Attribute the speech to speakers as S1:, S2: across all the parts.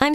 S1: I'm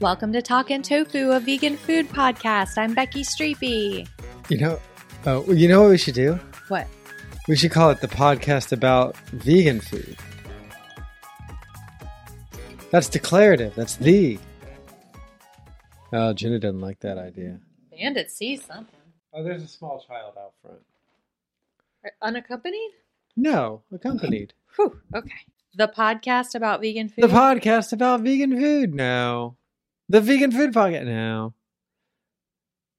S2: Welcome to Talkin' Tofu, a vegan food podcast. I'm Becky Streepy.
S3: You know, uh, you know what we should do?
S2: What?
S3: We should call it the podcast about vegan food. That's declarative. That's the. Oh, Jenna doesn't like that idea.
S2: Bandit sees something.
S3: Oh, there's a small child out front.
S2: Unaccompanied?
S3: No, accompanied.
S2: Whew, okay. The podcast about vegan food.
S3: the podcast about vegan food. No, the vegan food podcast. No.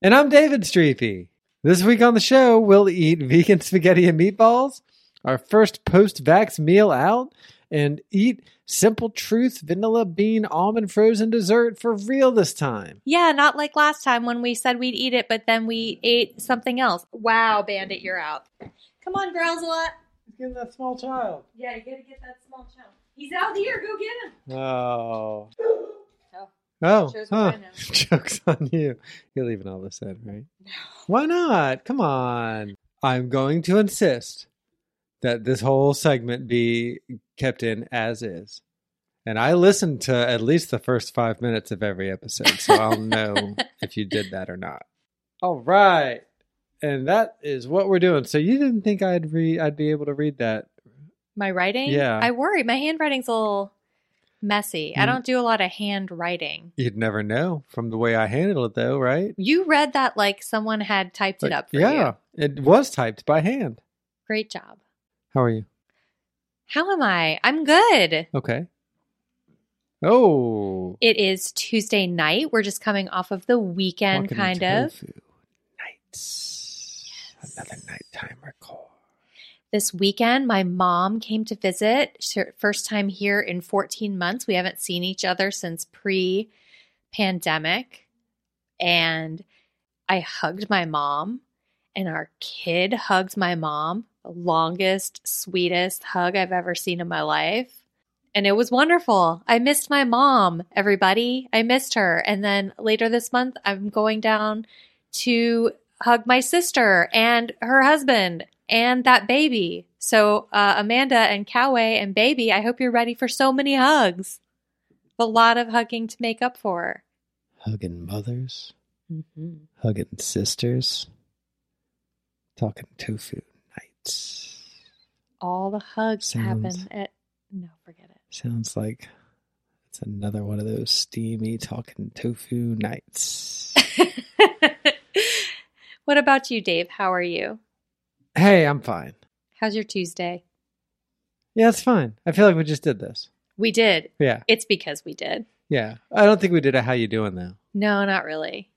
S3: And I'm David Streepy. This week on the show, we'll eat vegan spaghetti and meatballs, our first post-vax meal out, and eat simple truth vanilla bean almond frozen dessert for real this time.
S2: Yeah, not like last time when we said we'd eat it, but then we ate something else. Wow, Bandit, you're out. Come on, Growlzilla.
S3: He's getting that small child.
S2: Yeah, you gotta get that small chunk. He's out here. Go get him.
S3: Oh.
S2: Oh.
S3: Oh,
S2: Shows
S3: huh.
S2: behind him.
S3: joke's on you. You're leaving all this in, right? Why not? Come on. I'm going to insist that this whole segment be kept in as is. And I listened to at least the first five minutes of every episode, so I'll know if you did that or not. All right. And that is what we're doing. So you didn't think I'd read I'd be able to read that.
S2: My writing?
S3: Yeah.
S2: I worry. My handwriting's a little messy. I
S3: Mm.
S2: don't do a lot of handwriting.
S3: You'd never know from the way I handled it though, right?
S2: You read that like someone had typed it
S3: Like,
S2: up for
S3: yeah.
S2: you.
S3: It was typed by hand.
S2: Great job.
S3: How are you?
S2: How am I? I'm good.
S3: Okay. Oh.
S2: It is Tuesday night. We're just coming off of the weekend,
S3: Walking
S2: kind
S3: on
S2: of.
S3: tofu. Nights. Another nighttime record.
S2: This weekend, my mom came to visit. It's her First time here in 14 months. We haven't seen each other since pre pandemic. And I hugged my mom, and our kid hugged my mom. The longest, sweetest hug I've ever seen in my life. And it was wonderful. I missed my mom, everybody. I missed her. And then later this month, I'm going down to hug my sister and her husband and that baby. So, uh, Amanda and Coway and baby, I hope you're ready for so many hugs. A lot of hugging to make up for.
S3: Hugging mothers, Mm-hmm. hugging sisters, talking tofu nights.
S2: All the hugs
S3: Sounds-
S2: happen at. No, forget it.
S3: Sounds like it's another one of those steamy talking tofu nights.
S2: what about you, Dave? How are you?
S3: hey, I'm fine.
S2: How's your Tuesday?
S3: Yeah, it's fine. I feel like we just did this.
S2: We did.
S3: Yeah.
S2: It's because we did.
S3: Yeah. I don't think we did a how you doing though.
S2: No, not really.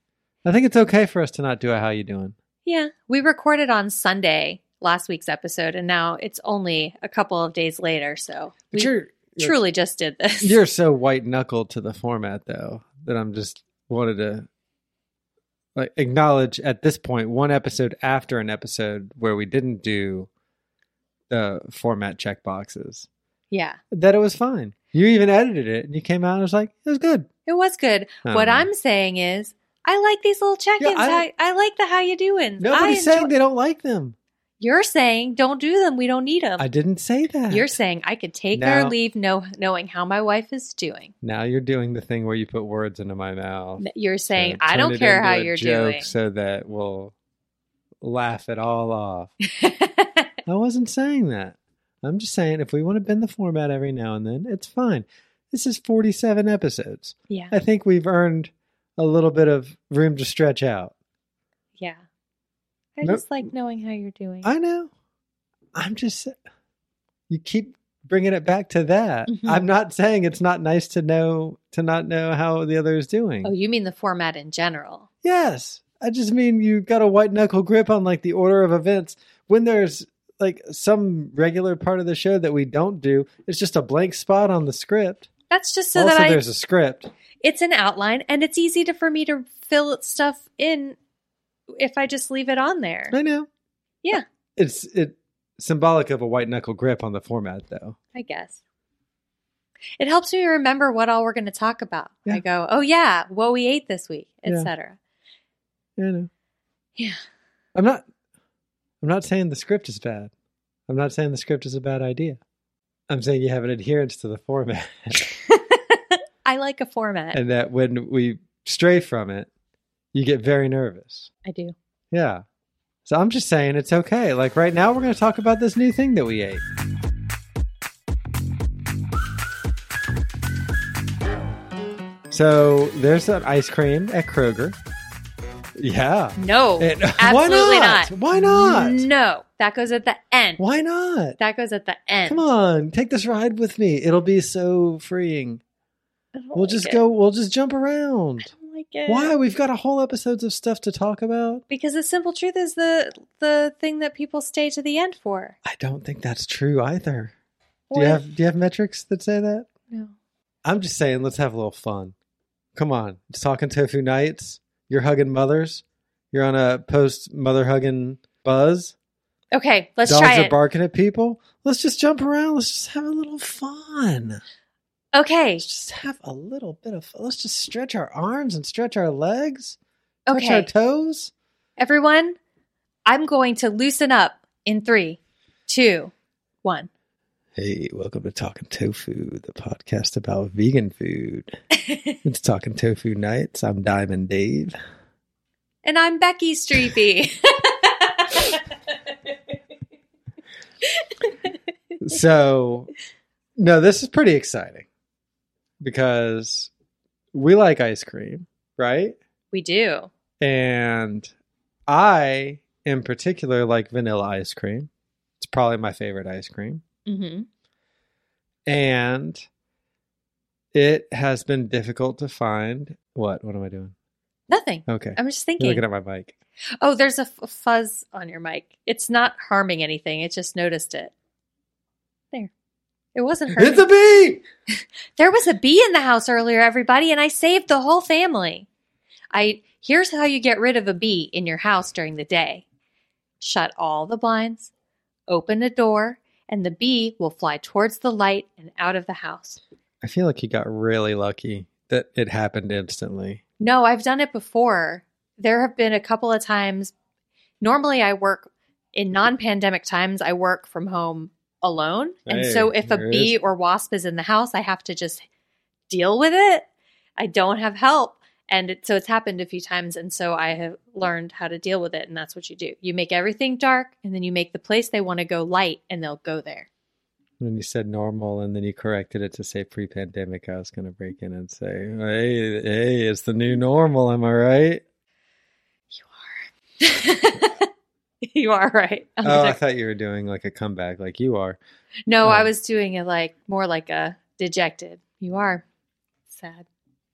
S3: I think it's okay for us to not do a how you doing.
S2: Yeah. We recorded on Sunday last week's episode, and now it's only a couple of days later. So
S3: But
S2: we
S3: you're, you're
S2: truly just did this.
S3: You're so white knuckled to the format, though, that I'm just wanted to like acknowledge at this point one episode after an episode where we didn't do the format check boxes
S2: yeah.
S3: that it was fine. You even edited it, and you came out and was like, "It was good."
S2: It was good.
S3: I
S2: what
S3: don't know.
S2: I'm saying is, I like these little check-ins.
S3: Oh, Yeah, I-
S2: I, I, like the how you doing. I
S3: Nobody's
S2: enjoy-
S3: saying they don't like them.
S2: You're saying don't do them. We don't need them.
S3: I didn't say that.
S2: You're saying I could take
S3: No.
S2: or leave, no, knowing how my wife is doing.
S3: now you're doing the thing where you put words into my mouth.
S2: You're saying
S3: Oh,
S2: I
S3: So turn
S2: don't
S3: it
S2: care
S3: into
S2: how
S3: a
S2: you're
S3: joke
S2: doing.
S3: so that we'll laugh it all off. I wasn't saying that. I'm just saying if we want to bend the format every now and then, it's fine. This is 47 episodes.
S2: yeah.
S3: I think we've earned a little bit of room to stretch out.
S2: Yeah. I
S3: Nope.
S2: just like knowing how you're doing.
S3: I know. I'm just. You keep bringing it back to that.
S2: Mhm.
S3: I'm not saying it's not nice to know to not know how the other is doing.
S2: oh, you mean the format in general?
S3: Yes, I just mean you got a white knuckle grip on like the order of events when there's like some regular part of the show that we don't do. It's just a blank spot on the script.
S2: That's just so
S3: also,
S2: that I
S3: there's a script.
S2: it's an outline and it's easy to for me to fill stuff in if I just leave it on there.
S3: I know.
S2: Yeah,
S3: It's it symbolic of a white knuckle grip on the format, though.
S2: I guess. It helps me remember what all we're going to talk about.
S3: Yeah.
S2: I go, "Oh yeah, what we ate this week,"
S3: Yeah.
S2: etc.
S3: I know.
S2: Yeah.
S3: I'm not. I'm not saying the script is bad. I'm not saying the script is a bad idea. I'm saying you have an adherence to the format,
S2: I like a format.
S3: and that when we stray from it, you get very nervous.
S2: I do.
S3: Yeah. So I'm just saying it's okay. Like right now, we're going to talk about this new thing that we ate. So there's an ice cream at Kroger. Yeah.
S2: No.
S3: It-
S2: absolutely
S3: why not?
S2: not?
S3: Why not?
S2: No. That goes at the end.
S3: Why not?
S2: That goes at the end.
S3: Come on, take this ride with me. It'll be so freeing.
S2: I don't
S3: We'll
S2: like
S3: just
S2: it.
S3: go, we'll just jump around.
S2: I don't like it.
S3: Why? We've got a whole episodes of stuff to talk about.
S2: Because the simple truth is the the thing that people stay to the end for.
S3: I don't think that's true either. Do
S2: What?
S3: you have do you have metrics that say that?
S2: No.
S3: I'm just saying let's have a little fun. Come on. It's talking tofu nights. You're hugging mothers. You're on a post mother hugging buzz.
S2: Okay, let's
S3: Dogs
S2: try
S3: are
S2: it.
S3: barking at people. Let's just jump around. Let's just have a little fun.
S2: okay,
S3: Let's just have a little bit of let's just stretch our arms and stretch our legs. Stretch our
S2: okay,
S3: toes.
S2: everyone, I'm going to loosen up in three, two, one.
S3: Hey, welcome to Talking Tofu, the podcast about vegan food. it's Talking Tofu Nights. I'm Diamond Dave.
S2: And I'm Becky Streepy.
S3: So, no, this is pretty exciting because we like ice cream, right?
S2: we do.
S3: And I, in particular, like vanilla ice cream. It's probably my favorite ice cream.
S2: hmm
S3: And it has been difficult to find. What? What am I doing?
S2: Nothing.
S3: Okay.
S2: I'm just
S3: You're
S2: thinking.
S3: looking at my mic.
S2: oh, there's a f- fuzz on your mic. It's not harming anything. It just noticed it. There. It wasn't hurting.
S3: It's a bee.
S2: There was a bee in the house earlier, everybody, and I saved the whole family. I here's how you get rid of a bee in your house during the day. Shut all the blinds, open a door, and the bee will fly towards the light and out of the house.
S3: I feel like you got really lucky that it happened instantly.
S2: No, I've done it before. There have been a couple of times. Normally I work in non-pandemic times, I work from home alone. and
S3: Hey,
S2: so if a
S3: there
S2: bee
S3: is-
S2: or wasp is in the house, I have to just deal with it. I don't have help. And it, so it's happened a few times. And so I have learned how to deal with it. And that's what you do. You make everything dark and then you make the place they want to go light and they'll go there.
S3: When you said normal and then you corrected it to say pre pandemic, I was going to break in and say, hey, hey, it's the new normal. Am I right?
S2: you are right. I'm
S3: Oh, I
S2: sorry.
S3: thought you were doing like a comeback, like you are.
S2: no, I
S3: um,
S2: was doing it like more like a dejected. You are sad,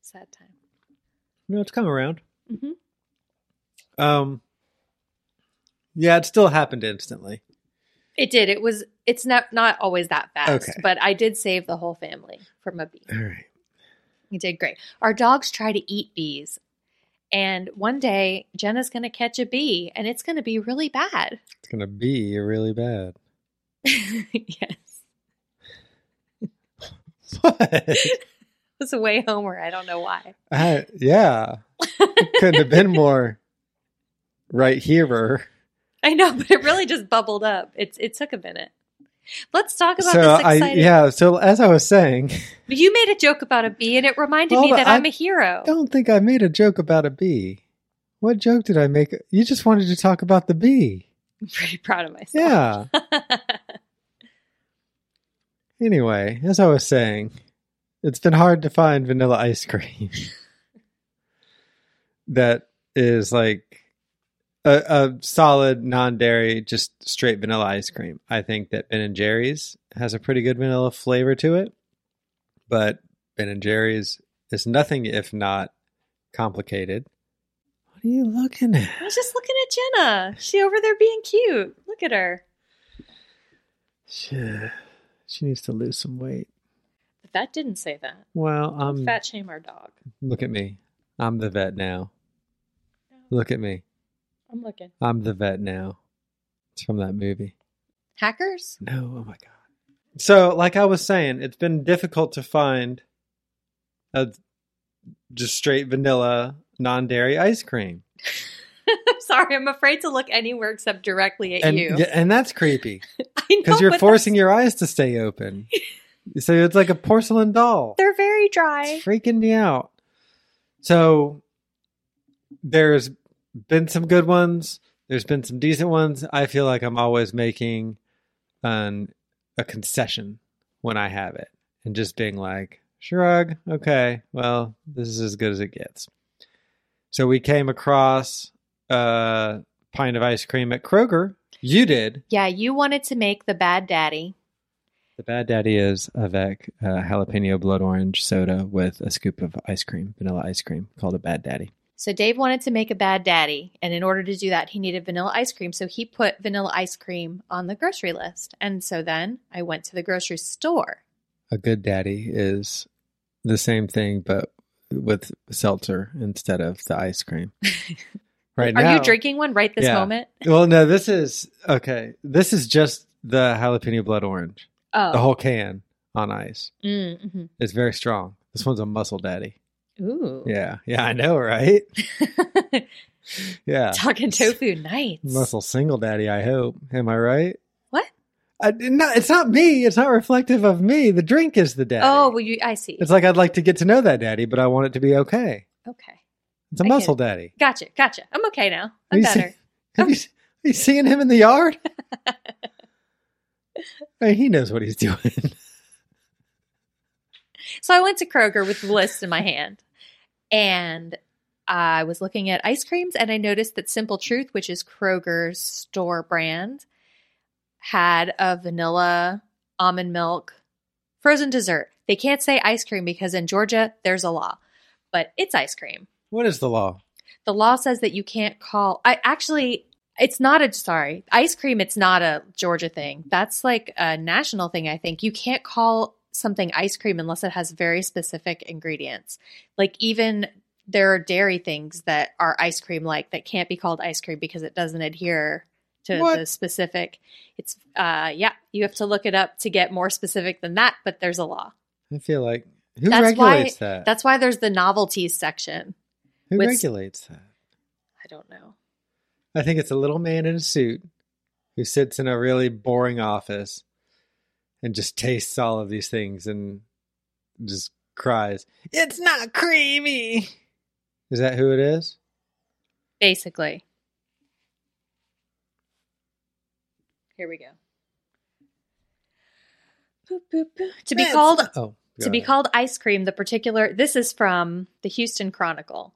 S2: sad time.
S3: No, it's come around.
S2: hmm
S3: Um, yeah, it still happened instantly.
S2: It did. It was, it's not, not always that fast,
S3: Okay.
S2: but I did save the whole family from a bee.
S3: All right.
S2: We did great. Our dogs try to eat bees. And one day, Jenna's going to catch a bee and it's going to be really bad.
S3: It's going to be really bad.
S2: yes.
S3: What?
S2: It's a way homer. I don't know why.
S3: I, yeah. It couldn't have been more right here.
S2: I know, but it really just bubbled up. It's it took a minute. Let's talk about
S3: so
S2: this
S3: I
S2: exciting.
S3: yeah. So as I was saying,
S2: You made a joke about a bee and it reminded
S3: Well,
S2: me
S3: but
S2: that
S3: I
S2: I am a hero.
S3: I don't think I made a joke about a bee. What joke did I make? You just wanted to talk about the bee.
S2: I'm pretty proud of myself.
S3: Yeah.
S2: Yeah.
S3: Anyway, as I was saying, it's been hard to find vanilla ice cream that is like a, a solid non-dairy, just straight vanilla ice cream. I think that Ben and Jerry's has a pretty good vanilla flavor to it, but Ben and Jerry's is nothing if not complicated. What are you looking at?
S2: I was just looking at Jenna. She over there being cute. Look at her.
S3: She, she needs to lose some weight.
S2: The vet didn't say that.
S3: Well,
S2: Don't
S3: I'm
S2: fat shame our dog.
S3: Look at me. I'm the vet now. Look at me.
S2: I'm looking.
S3: I'm the vet now. It's from that movie.
S2: Hackers?
S3: No, oh my god. So, like I was saying, it's been difficult to find a just straight vanilla non-dairy ice cream.
S2: Sorry, I'm afraid to look anywhere except directly at
S3: And
S2: you.
S3: yeah, and that's creepy
S2: I know,
S3: because you're
S2: but
S3: forcing your eyes to stay open. so it's like a porcelain doll.
S2: They're, they're very dry.
S3: It's freaking me out. So there's been some good ones. There's been some decent ones. I feel like I'm always making an a concession when I have it and just being like, shrug, okay, well, this is as good as it gets. So we came across a pint of ice cream at Kroger. You did.
S2: Yeah, you wanted to make the bad daddy.
S3: The Bad Daddy is a Vec uh, jalapeno blood orange soda with a scoop of ice cream, vanilla ice cream, called a Bad Daddy.
S2: So Dave wanted to make a bad daddy, and in order to do that, he needed vanilla ice cream. So he put vanilla ice cream on the grocery list. And so then I went to the grocery store.
S3: A good daddy is the same thing, but with seltzer instead of the ice cream. right
S2: Are
S3: now,
S2: you drinking one right this
S3: Yeah.
S2: moment?
S3: Well, no, this is okay. This is just the jalapeno blood orange,
S2: Oh.
S3: the whole can on ice.
S2: Mm,
S3: It's very strong. This one's a muscle daddy.
S2: mhm. Ooh.
S3: Yeah, yeah, I know, right? Yeah,
S2: Talking tofu nights.
S3: Muscle single daddy, I hope. Am I right?
S2: What?
S3: I, not, it's not me. It's not reflective of me. The drink is the daddy.
S2: Oh, well, you, I see.
S3: it's like I'd like to get to know that daddy, but I want it to be okay.
S2: okay.
S3: It's a
S2: I get
S3: muscle
S2: it.
S3: daddy.
S2: Gotcha. Gotcha. I'm okay now.
S3: Are
S2: I'm
S3: you see-
S2: better.
S3: Have you, are you seeing him in the yard? Hey, he knows what he's doing.
S2: So I went to Kroger with the list in my hand and I was looking at ice creams and I noticed that Simple Truth, which is Kroger's store brand, had a vanilla almond milk frozen dessert. They can't say ice cream because in Georgia there's a law, but it's ice cream.
S3: what is the law?
S2: The law says that you can't call I actually it's not a sorry, ice cream it's not a Georgia thing. That's like a national thing I think. You can't call something ice cream unless it has very specific ingredients. Like even there are dairy things that are ice cream like that can't be called ice cream because it doesn't adhere to
S3: What?
S2: the specific. It's uh yeah, you have to look it up to get more specific than that, but there's a law.
S3: I feel like who
S2: That's why-
S3: regulates that?
S2: That's why there's the novelties section.
S3: who
S2: with-
S3: regulates that?
S2: I don't know.
S3: I think it's a little man in a suit who sits in a really boring office and just tastes all of these things and just cries, It's not creamy. Is that who it is?
S2: Basically. Here we go. Boop, boop, boop. To be
S3: It's
S2: called
S3: not- oh,
S2: to
S3: go
S2: be
S3: ahead.
S2: called ice cream, the particular this is from the Houston Chronicle.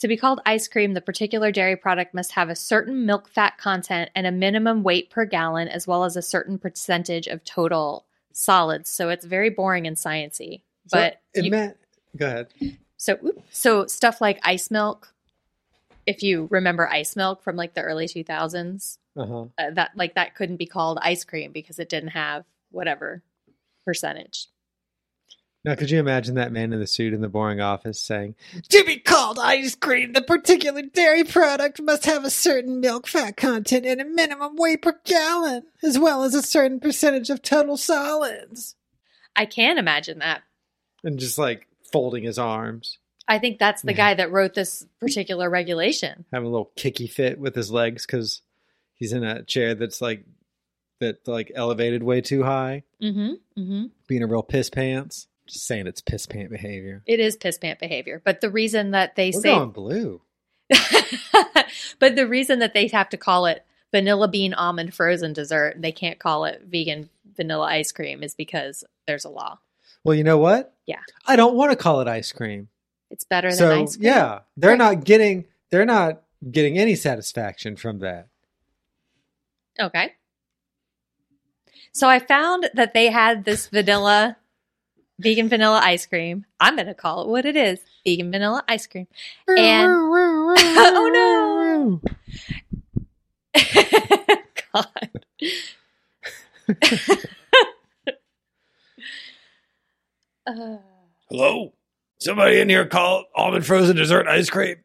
S2: To be called ice cream, the particular dairy product must have a certain milk fat content and a minimum weight per gallon, as well as a certain percentage of total solids. So it's very boring and sciency.
S3: So
S2: But
S3: it
S2: you-
S3: meant go ahead.
S2: so, oop. so stuff like ice milk. If you remember ice milk from like the early two thousands,
S3: Uh-huh.
S2: uh, that like that couldn't be called ice cream because it didn't have whatever percentage.
S3: Now could you imagine that man in the suit in the boring office saying, To be called ice cream, the particular dairy product must have a certain milk fat content and a minimum weight per gallon, as well as a certain percentage of total solids.
S2: I can imagine that.
S3: and just like folding his arms,
S2: I think that's the
S3: Yeah.
S2: guy that wrote this particular regulation.
S3: having a little kicky fit with his legs because he's in a chair that's like that like elevated way too high,
S2: Mm-hmm. Mm-hmm.
S3: being a real piss pants. Just saying it's piss pant behavior.
S2: It is piss pant behavior, but the reason that they
S3: We're
S2: say
S3: going blue.
S2: but the reason that they have to call it vanilla bean almond frozen dessert, and they can't call it vegan vanilla ice cream, is because there's a law.
S3: Well, you know what?
S2: Yeah.
S3: I don't want to call it ice cream.
S2: It's better
S3: so
S2: than ice cream.
S3: yeah, they're
S2: Right.
S3: not getting they're not getting any satisfaction from that.
S2: Okay. So I found that they had this vanilla, vegan vanilla ice cream. I'm going to call it what it is vegan vanilla ice cream. And oh no. God. uh,
S3: Hello, somebody in here called almond frozen dessert ice cream.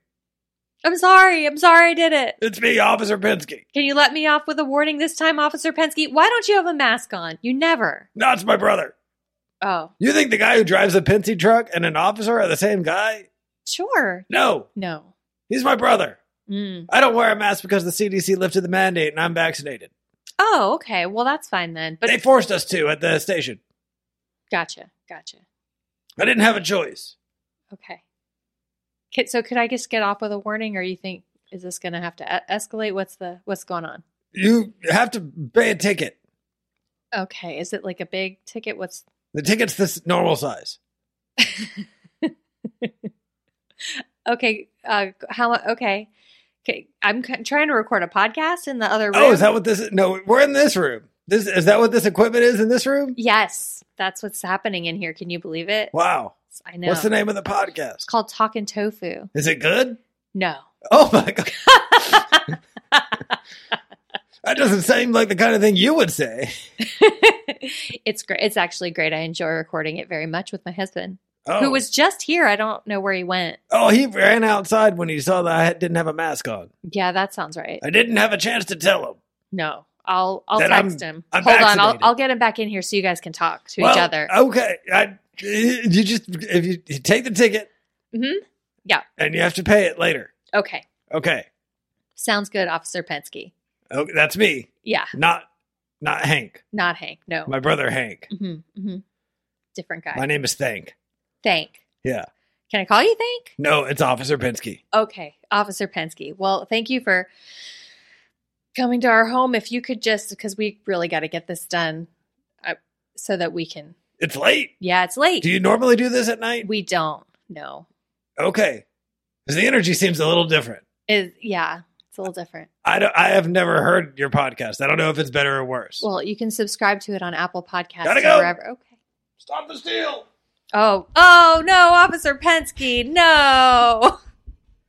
S2: I'm sorry. I'm sorry I did it.
S3: It's me, Officer Penske.
S2: Can you let me off with a warning this time, Officer Penske? Why don't you have a mask on? You never.
S3: No, it's my brother.
S2: Oh,
S3: You think the guy who drives a Penske truck and an officer are the same guy?
S2: sure.
S3: No,
S2: No.
S3: he's my brother.
S2: Mm.
S3: I don't wear a mask because the CDC lifted the mandate and I'm vaccinated.
S2: Oh, okay. Well, that's fine then. But
S3: they forced us to at the station.
S2: gotcha, gotcha.
S3: I didn't have a choice.
S2: Okay. Could, so could I just get off with a warning, or you think is this going to have to e- escalate? What's the what's going on?
S3: You have to pay a ticket.
S2: Okay, is it like a big ticket? What's
S3: The ticket's this normal size.
S2: okay? Uh, how mu- okay? Okay, I'm c- trying to record a podcast in the other room.
S3: Oh, is that what this is? No, we're in this room. This is that what this equipment is in this room?
S2: Yes, that's what's happening in here. Can you believe it?
S3: Wow.
S2: I know.
S3: What's the name of the
S2: It's
S3: podcast?
S2: called Talking Tofu.
S3: Is it good?
S2: No.
S3: Oh my god. That doesn't seem like the kind of thing you would say.
S2: it's great. It's actually great. I enjoy recording it very much with my husband.
S3: Oh.
S2: who was just here. I don't know where he went.
S3: Oh, he ran outside when he saw that I had- didn't have a mask on.
S2: Yeah, that sounds right.
S3: I didn't have a chance to tell him.
S2: no, I'll I'll
S3: Then I'm-
S2: text him.
S3: I'm
S2: Hold on, I'll
S3: vaccinated.
S2: I'll get him back in here so you guys can talk to each
S3: Well, uh,
S2: other.
S3: Okay. I, you just if you, you take the ticket
S2: hmm Yeah.
S3: and you have to pay it later.
S2: Okay.
S3: Okay.
S2: Sounds good, Officer Penske.
S3: Okay, that's me.
S2: Yeah,
S3: Not not Hank.
S2: not Hank. No.
S3: My brother Hank.
S2: hmm hmm Different guy.
S3: My name is Thank.
S2: Thank.
S3: Yeah.
S2: Can I call you Thank?
S3: No, it's Officer Penske.
S2: Okay, Officer Penske. Well, thank you for coming to our home. If you could just, because we really got to get this done, uh, so that we can.
S3: It's late.
S2: Yeah, it's late.
S3: Do you normally do this at night?
S2: we don't. No.
S3: Okay. Because the energy seems a little different.
S2: Is yeah, it's a little different.
S3: I, don't, I have never heard your podcast. I don't know if it's better or worse.
S2: Well, you can subscribe to it on Apple Podcasts
S3: Gotta
S2: or
S3: go.
S2: wherever. Okay.
S3: Stop the steal.
S2: Oh, oh no, Officer Penske, no.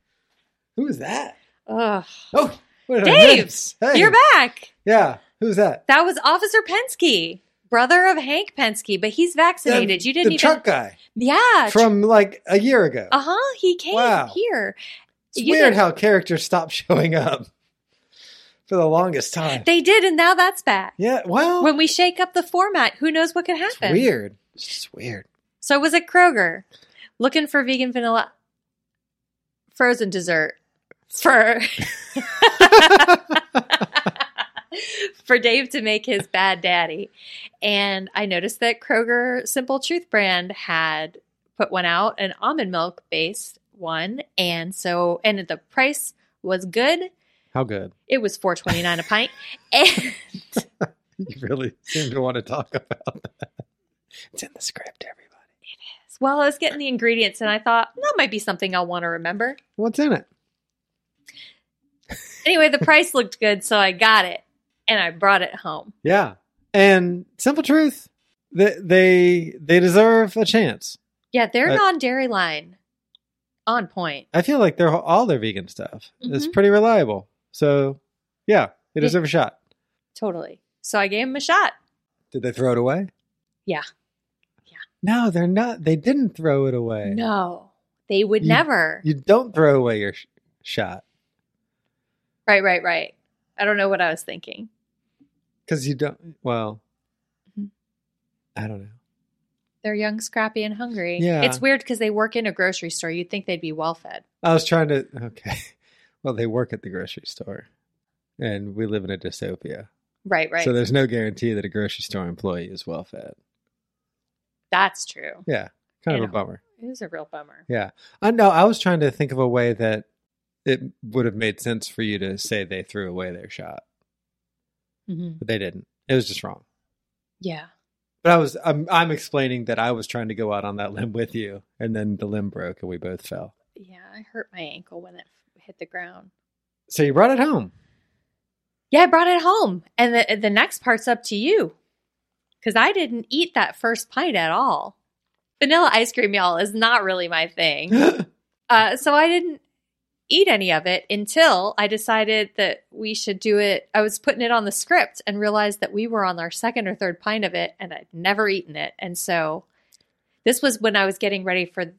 S3: Who's that?
S2: Ugh.
S3: Oh, what did I
S2: Dave,
S3: miss? Hey.
S2: you're back.
S3: Yeah. Who's that?
S2: That was Officer Penske, brother of Hank Penske, but he's vaccinated.
S3: The-
S2: you didn't
S3: the
S2: even.
S3: truck guy
S2: yeah.
S3: from like a year ago.
S2: uh huh. He came
S3: Wow.
S2: here.
S3: It's
S2: You
S3: weird
S2: didn't-
S3: how characters stop showing up for the longest time.
S2: They did, and now that's back.
S3: yeah, well,
S2: When we shake up the format, who knows what could
S3: it's
S2: happen?
S3: weird. It's just weird.
S2: So I was at Kroger looking for vegan vanilla frozen dessert for for Dave to make his bad daddy. And I noticed that Kroger Simple Truth brand had put one out, an almond milk based one. And so and the price was good.
S3: How good.
S2: It was four twenty nine a pint. And
S3: You really seem to want to talk about that. It's in the script, everybody.
S2: well, I was getting the ingredients and I thought that might be something I'll want to remember.
S3: What's in it?
S2: Anyway, the price looked good, so I got it and I brought it home.
S3: Yeah. And simple truth, they they, they deserve a chance.
S2: Yeah, their
S3: Uh,
S2: non-dairy line on point.
S3: I feel like they're all their vegan stuff is
S2: Mhm.
S3: pretty reliable. So, yeah, they deserve a shot.
S2: Totally. So I gave him a shot.
S3: Did they throw it away?
S2: Yeah.
S3: No, they're not. They didn't throw it away.
S2: No. They would
S3: You-
S2: never.
S3: You don't throw away your sh- shot
S2: right, right, right. I don't know what I was thinking.
S3: because you don't. Well,
S2: Mhm.
S3: I don't know.
S2: They're young, scrappy, and hungry.
S3: Yeah.
S2: It's weird because they work in a grocery store. You'd think they'd be well fed.
S3: I was trying to. Okay. Well, they work at the grocery store, and we live in a dystopia.
S2: Right, right.
S3: So there's no guarantee that a grocery store employee is well fed.
S2: That's true.
S3: Yeah, kind of
S2: Yeah.
S3: a bummer.
S2: It was a real bummer.
S3: Yeah, I know. I was trying to think of a way that it would have made sense for you to say they threw away their shot,
S2: Mm-hmm.
S3: but they didn't. It was just wrong.
S2: Yeah.
S3: But I was I'm I'm explaining that I was trying to go out on that limb with you, and then the limb broke and we both fell.
S2: Yeah. I hurt my ankle when it f- hit the ground.
S3: So you brought it home.
S2: Yeah, I brought it home. And the the next part's up to you. Cuz I didn't eat that first pint at all. Vanilla ice cream y'all is not really my thing. Uh, so I didn't eat any of it until I decided that we should do it. I was putting it on the script and realized that we were on our second or third pint of it and I'd never eaten it. And so this was when I was getting ready for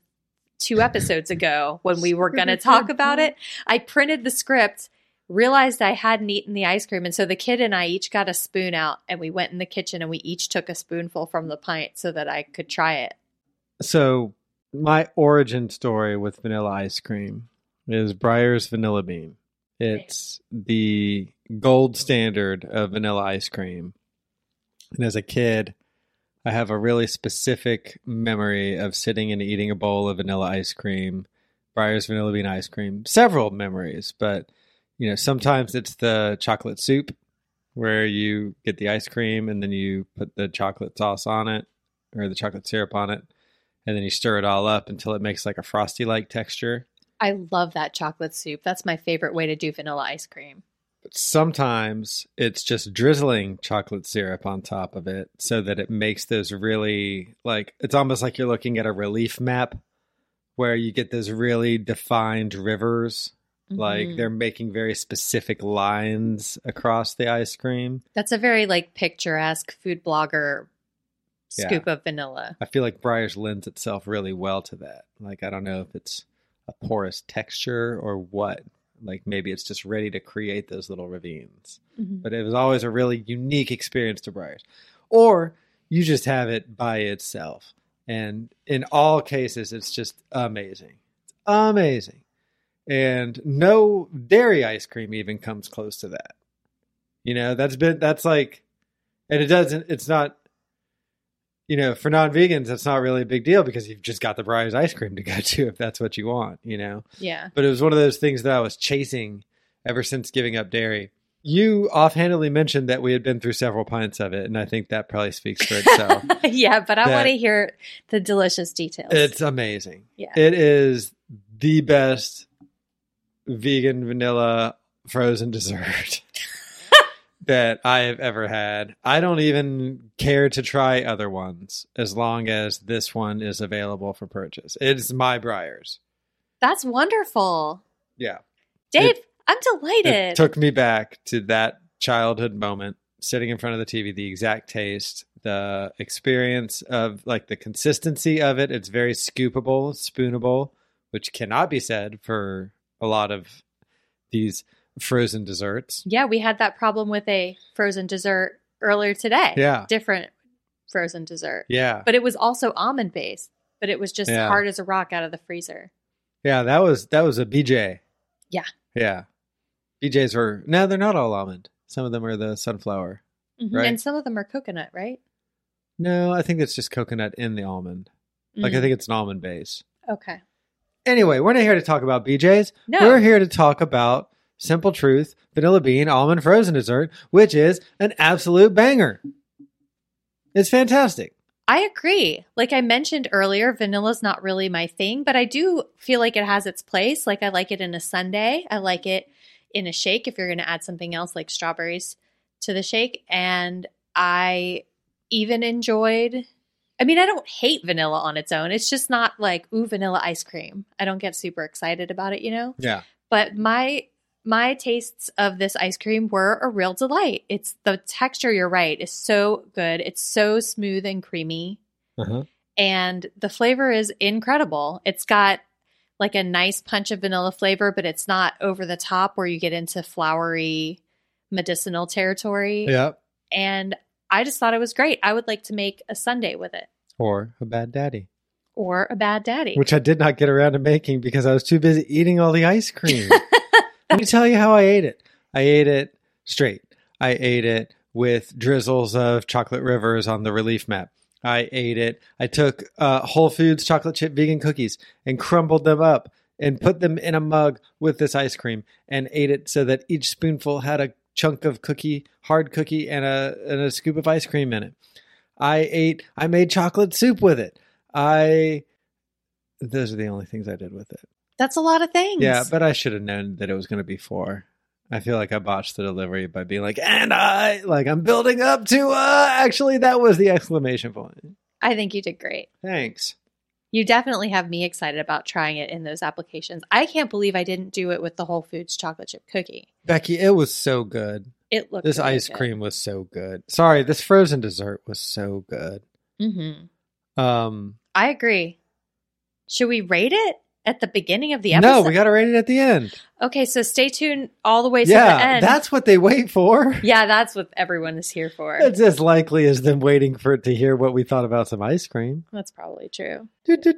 S2: two episodes ago when we were going to talk about it. I printed the script, realized I hadn't eaten the ice cream. And so the kid and I each got a spoon out and we went in the kitchen and we each took a spoonful from the pint so that I could try it.
S3: So my origin story with vanilla ice cream is Breyer's Vanilla Bean. It's the gold standard of vanilla ice cream. And as a kid, I have a really specific memory of sitting and eating a bowl of vanilla ice cream, Breyer's Vanilla Bean ice cream. Several memories, but you know, sometimes it's the chocolate soup where you get the ice cream and then you put the chocolate sauce on it or the chocolate syrup on it and then you stir it all up until it makes like a frosty like texture.
S2: I love that chocolate soup. That's my favorite way to do vanilla ice cream.
S3: But sometimes it's just drizzling chocolate syrup on top of it so that it makes those really like it's almost like you're looking at a relief map where you get those really defined rivers. Like
S2: Mhm.
S3: they're making very specific lines across the ice cream.
S2: that's a very like picturesque food blogger
S3: Yeah.
S2: scoop of vanilla.
S3: I feel like Briar's lends itself really well to that. Like I don't know if it's a porous texture or what. Like maybe it's just ready to create those little ravines. But it was always a really unique experience to Briar's. Or you just have it by itself. And in all cases it's just amazing. It's amazing. And no dairy ice cream even comes close to that. You know, that's been that's like and it doesn't it's not you know, for non-vegans, that's not really a big deal because you've just got the Briar's ice cream to go to if that's what you want, you know.
S2: Yeah.
S3: But it was one of those things that I was chasing ever since giving up dairy. You offhandedly mentioned that we had been through several pints of it, and I think that probably speaks for itself.
S2: yeah, but I
S3: That-
S2: want to hear the delicious details.
S3: it's amazing.
S2: Yeah.
S3: It is the best vegan vanilla frozen dessert that I have ever had. I don't even care to try other ones as long as this one is available for purchase. It's my Briars.
S2: That's wonderful.
S3: Yeah.
S2: Dave, I'm
S3: It
S2: delighted.
S3: took me back to that childhood moment sitting in front of the TV, the exact taste, the experience of like the consistency of it. It's very scoopable, spoonable, which cannot be said for a lot of these frozen desserts.
S2: yeah, we had that problem with a frozen dessert earlier today.
S3: Yeah.
S2: Different frozen dessert.
S3: Yeah.
S2: But it was also almond based, but it was just
S3: Yeah.
S2: hard as a rock out of the freezer.
S3: Yeah, that was that was a BJ.
S2: Yeah.
S3: Yeah. BJs were no, they're not all almond. Some of them are the sunflower. Right.
S2: And some of them are coconut, right?
S3: No, I think it's just coconut in the almond. Like I
S2: Mm.
S3: think it's an almond base.
S2: Okay.
S3: Anyway, we're not here to talk about BJ's.
S2: No.
S3: We're here to talk about Simple Truth Vanilla Bean Almond Frozen Dessert, which is an absolute banger. It's fantastic.
S2: I agree. Like I mentioned earlier, vanilla's not really my thing, but I do feel like it has its place. Like I like it in a sundae. I like it in a shake if you're going to add something else like strawberries to the shake. And I even enjoyed I mean, I don't hate vanilla on its own. It's just not like ooh vanilla ice cream. I don't get super excited about it, you know?
S3: Yeah.
S2: but my my tastes of this ice cream were a real delight. It's the texture, you're right, is so good. It's so smooth and creamy.
S3: Uh-huh.
S2: And the flavor is incredible. It's got like a nice punch of vanilla flavor, but it's not over the top where you get into flowery medicinal territory.
S3: Yeah.
S2: And I just thought it was great. I would like to make a sundae with it
S3: Or a bad daddy,
S2: or a bad daddy.
S3: which I did not get around to making because I was too busy eating all the ice cream. Let me tell you how I ate it. I ate it straight. I ate it with drizzles of chocolate rivers on the relief map. I ate it. I took uh, Whole Foods chocolate chip vegan cookies and crumbled them up and put them in a mug with this ice cream and ate it so that each spoonful had a chunk of cookie, hard cookie, and a, and a scoop of ice cream in it. I ate, I made chocolate soup with it. I, those are the only things I did with it.
S2: That's a lot of things.
S3: Yeah, but I should have known that it was going to be four. I feel like I botched the delivery by being like, and I, like, I'm building up to, uh, actually, that was the exclamation point.
S2: I think you did great.
S3: Thanks.
S2: You definitely have me excited about trying it in those applications. I can't believe I didn't do it with the Whole Foods chocolate chip cookie.
S3: Becky, it was so good.
S2: It looked
S3: This
S2: really
S3: ice
S2: good.
S3: cream was so good. Sorry, this frozen dessert was so good.
S2: Mhm.
S3: Um,
S2: I agree. Should we rate it at the beginning of the
S3: no,
S2: episode?
S3: we got to rate it at the end.
S2: Okay, so stay tuned all the way to
S3: yeah,
S2: the end.
S3: that's what they wait for.
S2: yeah, that's what everyone is here for.
S3: It's as likely as them waiting for it to hear what we thought about some ice cream.
S2: That's probably true.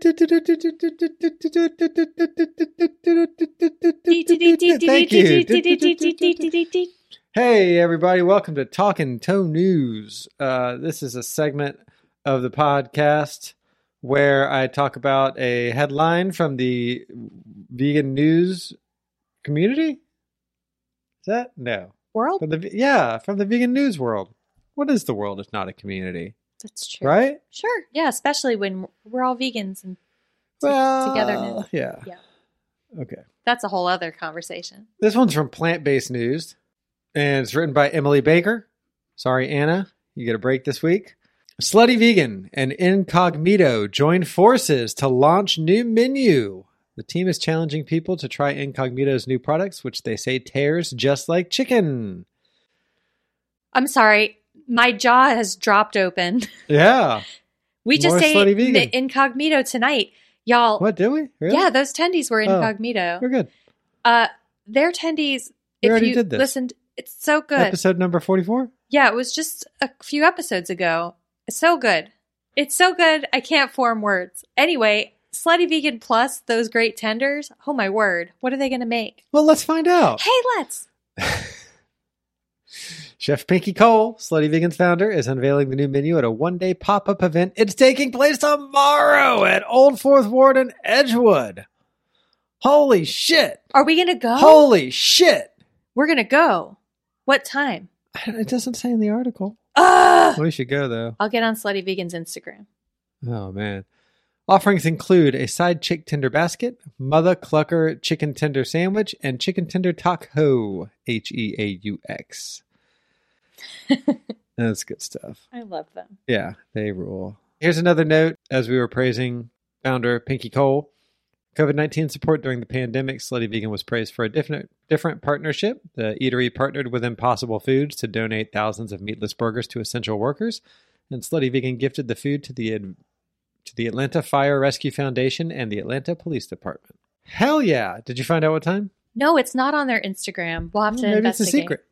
S3: Thank you. Hey, everybody, welcome to Talking Toe News. Uh, this is a segment of the podcast where I talk about a headline from the vegan news community. Is that? No.
S2: World?
S3: From the, yeah, from the vegan news world. What is the world if not a community,
S2: That's true.
S3: right?
S2: Sure. Yeah, especially when we're all vegans and to- togetherness.
S3: Yeah.
S2: Yeah.
S3: Okay.
S2: That's a whole other conversation.
S3: This one's from Plant Based News, and it's written by Emily Baker. Sorry, Anna, you get a break this week. Slutty Vegan and Incognito join forces to launch new menu. The team is challenging people to try Incognito's new products, which they say tears just like chicken.
S2: I'm sorry. My jaw has dropped open.
S3: Yeah.
S2: We just
S3: More
S2: say
S3: slutty
S2: mi-
S3: vegan.
S2: incognito tonight. Y'all,
S3: What did we? Really?
S2: yeah, those tendies were
S3: Oh.
S2: incognito.
S3: We're good.
S2: Uh, their tendies,
S3: We
S2: if
S3: already
S2: you
S3: did this.
S2: listened, it's so good.
S3: Episode number 44.
S2: Yeah, it was just a few episodes ago. It's so good. It's so good. I can't form words. Anyway, Slutty Vegan Plus, those great tenders. Oh my word. What are they going to make?
S3: Well, let's find out.
S2: Hey, let's.
S3: Chef Pinky Cole, Slutty Vegan's founder, is unveiling the new menu at a one day pop up event. It's taking place tomorrow at Old Fourth Ward in Edgewood. Holy shit.
S2: Are we going to go?
S3: Holy shit.
S2: We're going to go. What time?
S3: It doesn't say in the article.
S2: Ugh!
S3: We should go, though.
S2: I'll get on Slutty Vegan's Instagram.
S3: Oh, man. Offerings include a side chick tender basket, mother clucker chicken tender sandwich, and chicken tender taco. H E A U X. That's good stuff.
S2: I love them.
S3: Yeah, they rule. Here's another note as we were praising founder Pinky Cole. COVID 19 support during the pandemic, Slutty Vegan was praised for a different, different partnership. The eatery partnered with Impossible Foods to donate thousands of meatless burgers to essential workers, and Slutty Vegan gifted the food to the, ad- to the Atlanta Fire Rescue Foundation and the Atlanta Police Department. Hell yeah. Did you find out what time?
S2: No, it's not on their Instagram. We'll have to
S3: Oh, Maybe it's a
S2: investigate.
S3: secret.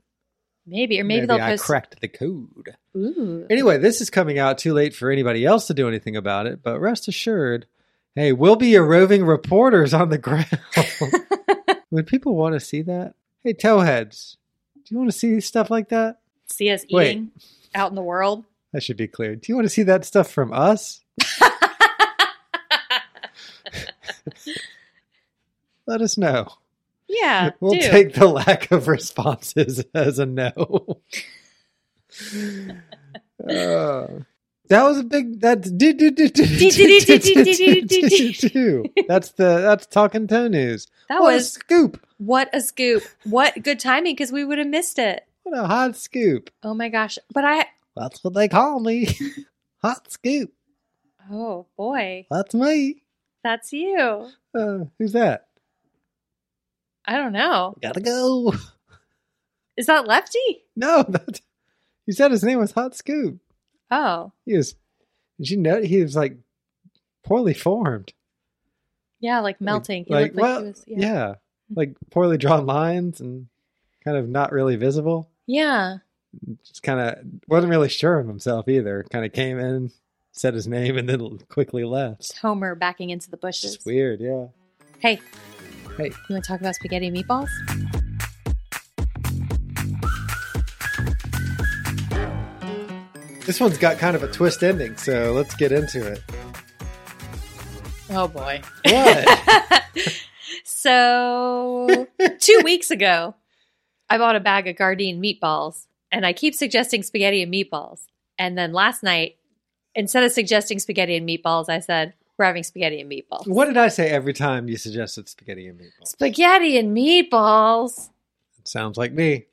S2: Maybe, or maybe, they'll
S3: I
S2: post.
S3: cracked the code.
S2: Ooh.
S3: Anyway, this is coming out too late for anybody else to do anything about it, but rest assured, hey, we'll be your roving reporters on the ground. Would people want to see that? Hey, towheads, do you want to see stuff like that?
S2: See us
S3: Wait.
S2: eating out in the world.
S3: That should be clear. Do you want to see that stuff from us? Let us know.
S2: Yeah.
S3: We'll
S2: do.
S3: take the lack of responses as a no. Uh, that was a big that's do, do, do, do, do, do, do, do, do, do, do. that's the that's talking toe news.
S2: That
S3: What a
S2: was-
S3: scoop.
S2: What a scoop. What good timing because we would have missed it.
S3: What a hot scoop.
S2: Oh my gosh. But I,
S3: That's what they call me. hot scoop.
S2: oh boy,
S3: That's me.
S2: that's you.
S3: Uh, who's that?
S2: I don't know.
S3: Gotta go.
S2: Is that Lefty?
S3: No, that's you said his name was Hot Scoop.
S2: Oh,
S3: He was did you know he was like poorly formed.
S2: yeah, like melting. He
S3: Like,
S2: looked like
S3: well,
S2: he was, Hmm.
S3: yeah. like poorly drawn lines and kind of not really visible.
S2: Yeah.
S3: Just kind of wasn't really sure of himself either. Kind of came in, said his name, and then quickly left.
S2: It's Homer backing into the bushes.
S3: It's weird, yeah.
S2: Hey,
S3: Hey,
S2: you want to talk about spaghetti and meatballs?
S3: this one's got kind of a twist ending, so let's get into it.
S2: Oh boy.
S3: What?
S2: So, two weeks ago, I bought a bag of Gardein meatballs, and I keep suggesting spaghetti and meatballs. And then last night, instead of suggesting spaghetti and meatballs, I said, We're having spaghetti and meatballs.
S3: What did I say every time you suggested spaghetti and meatballs?
S2: Spaghetti and meatballs.
S3: Sounds like me.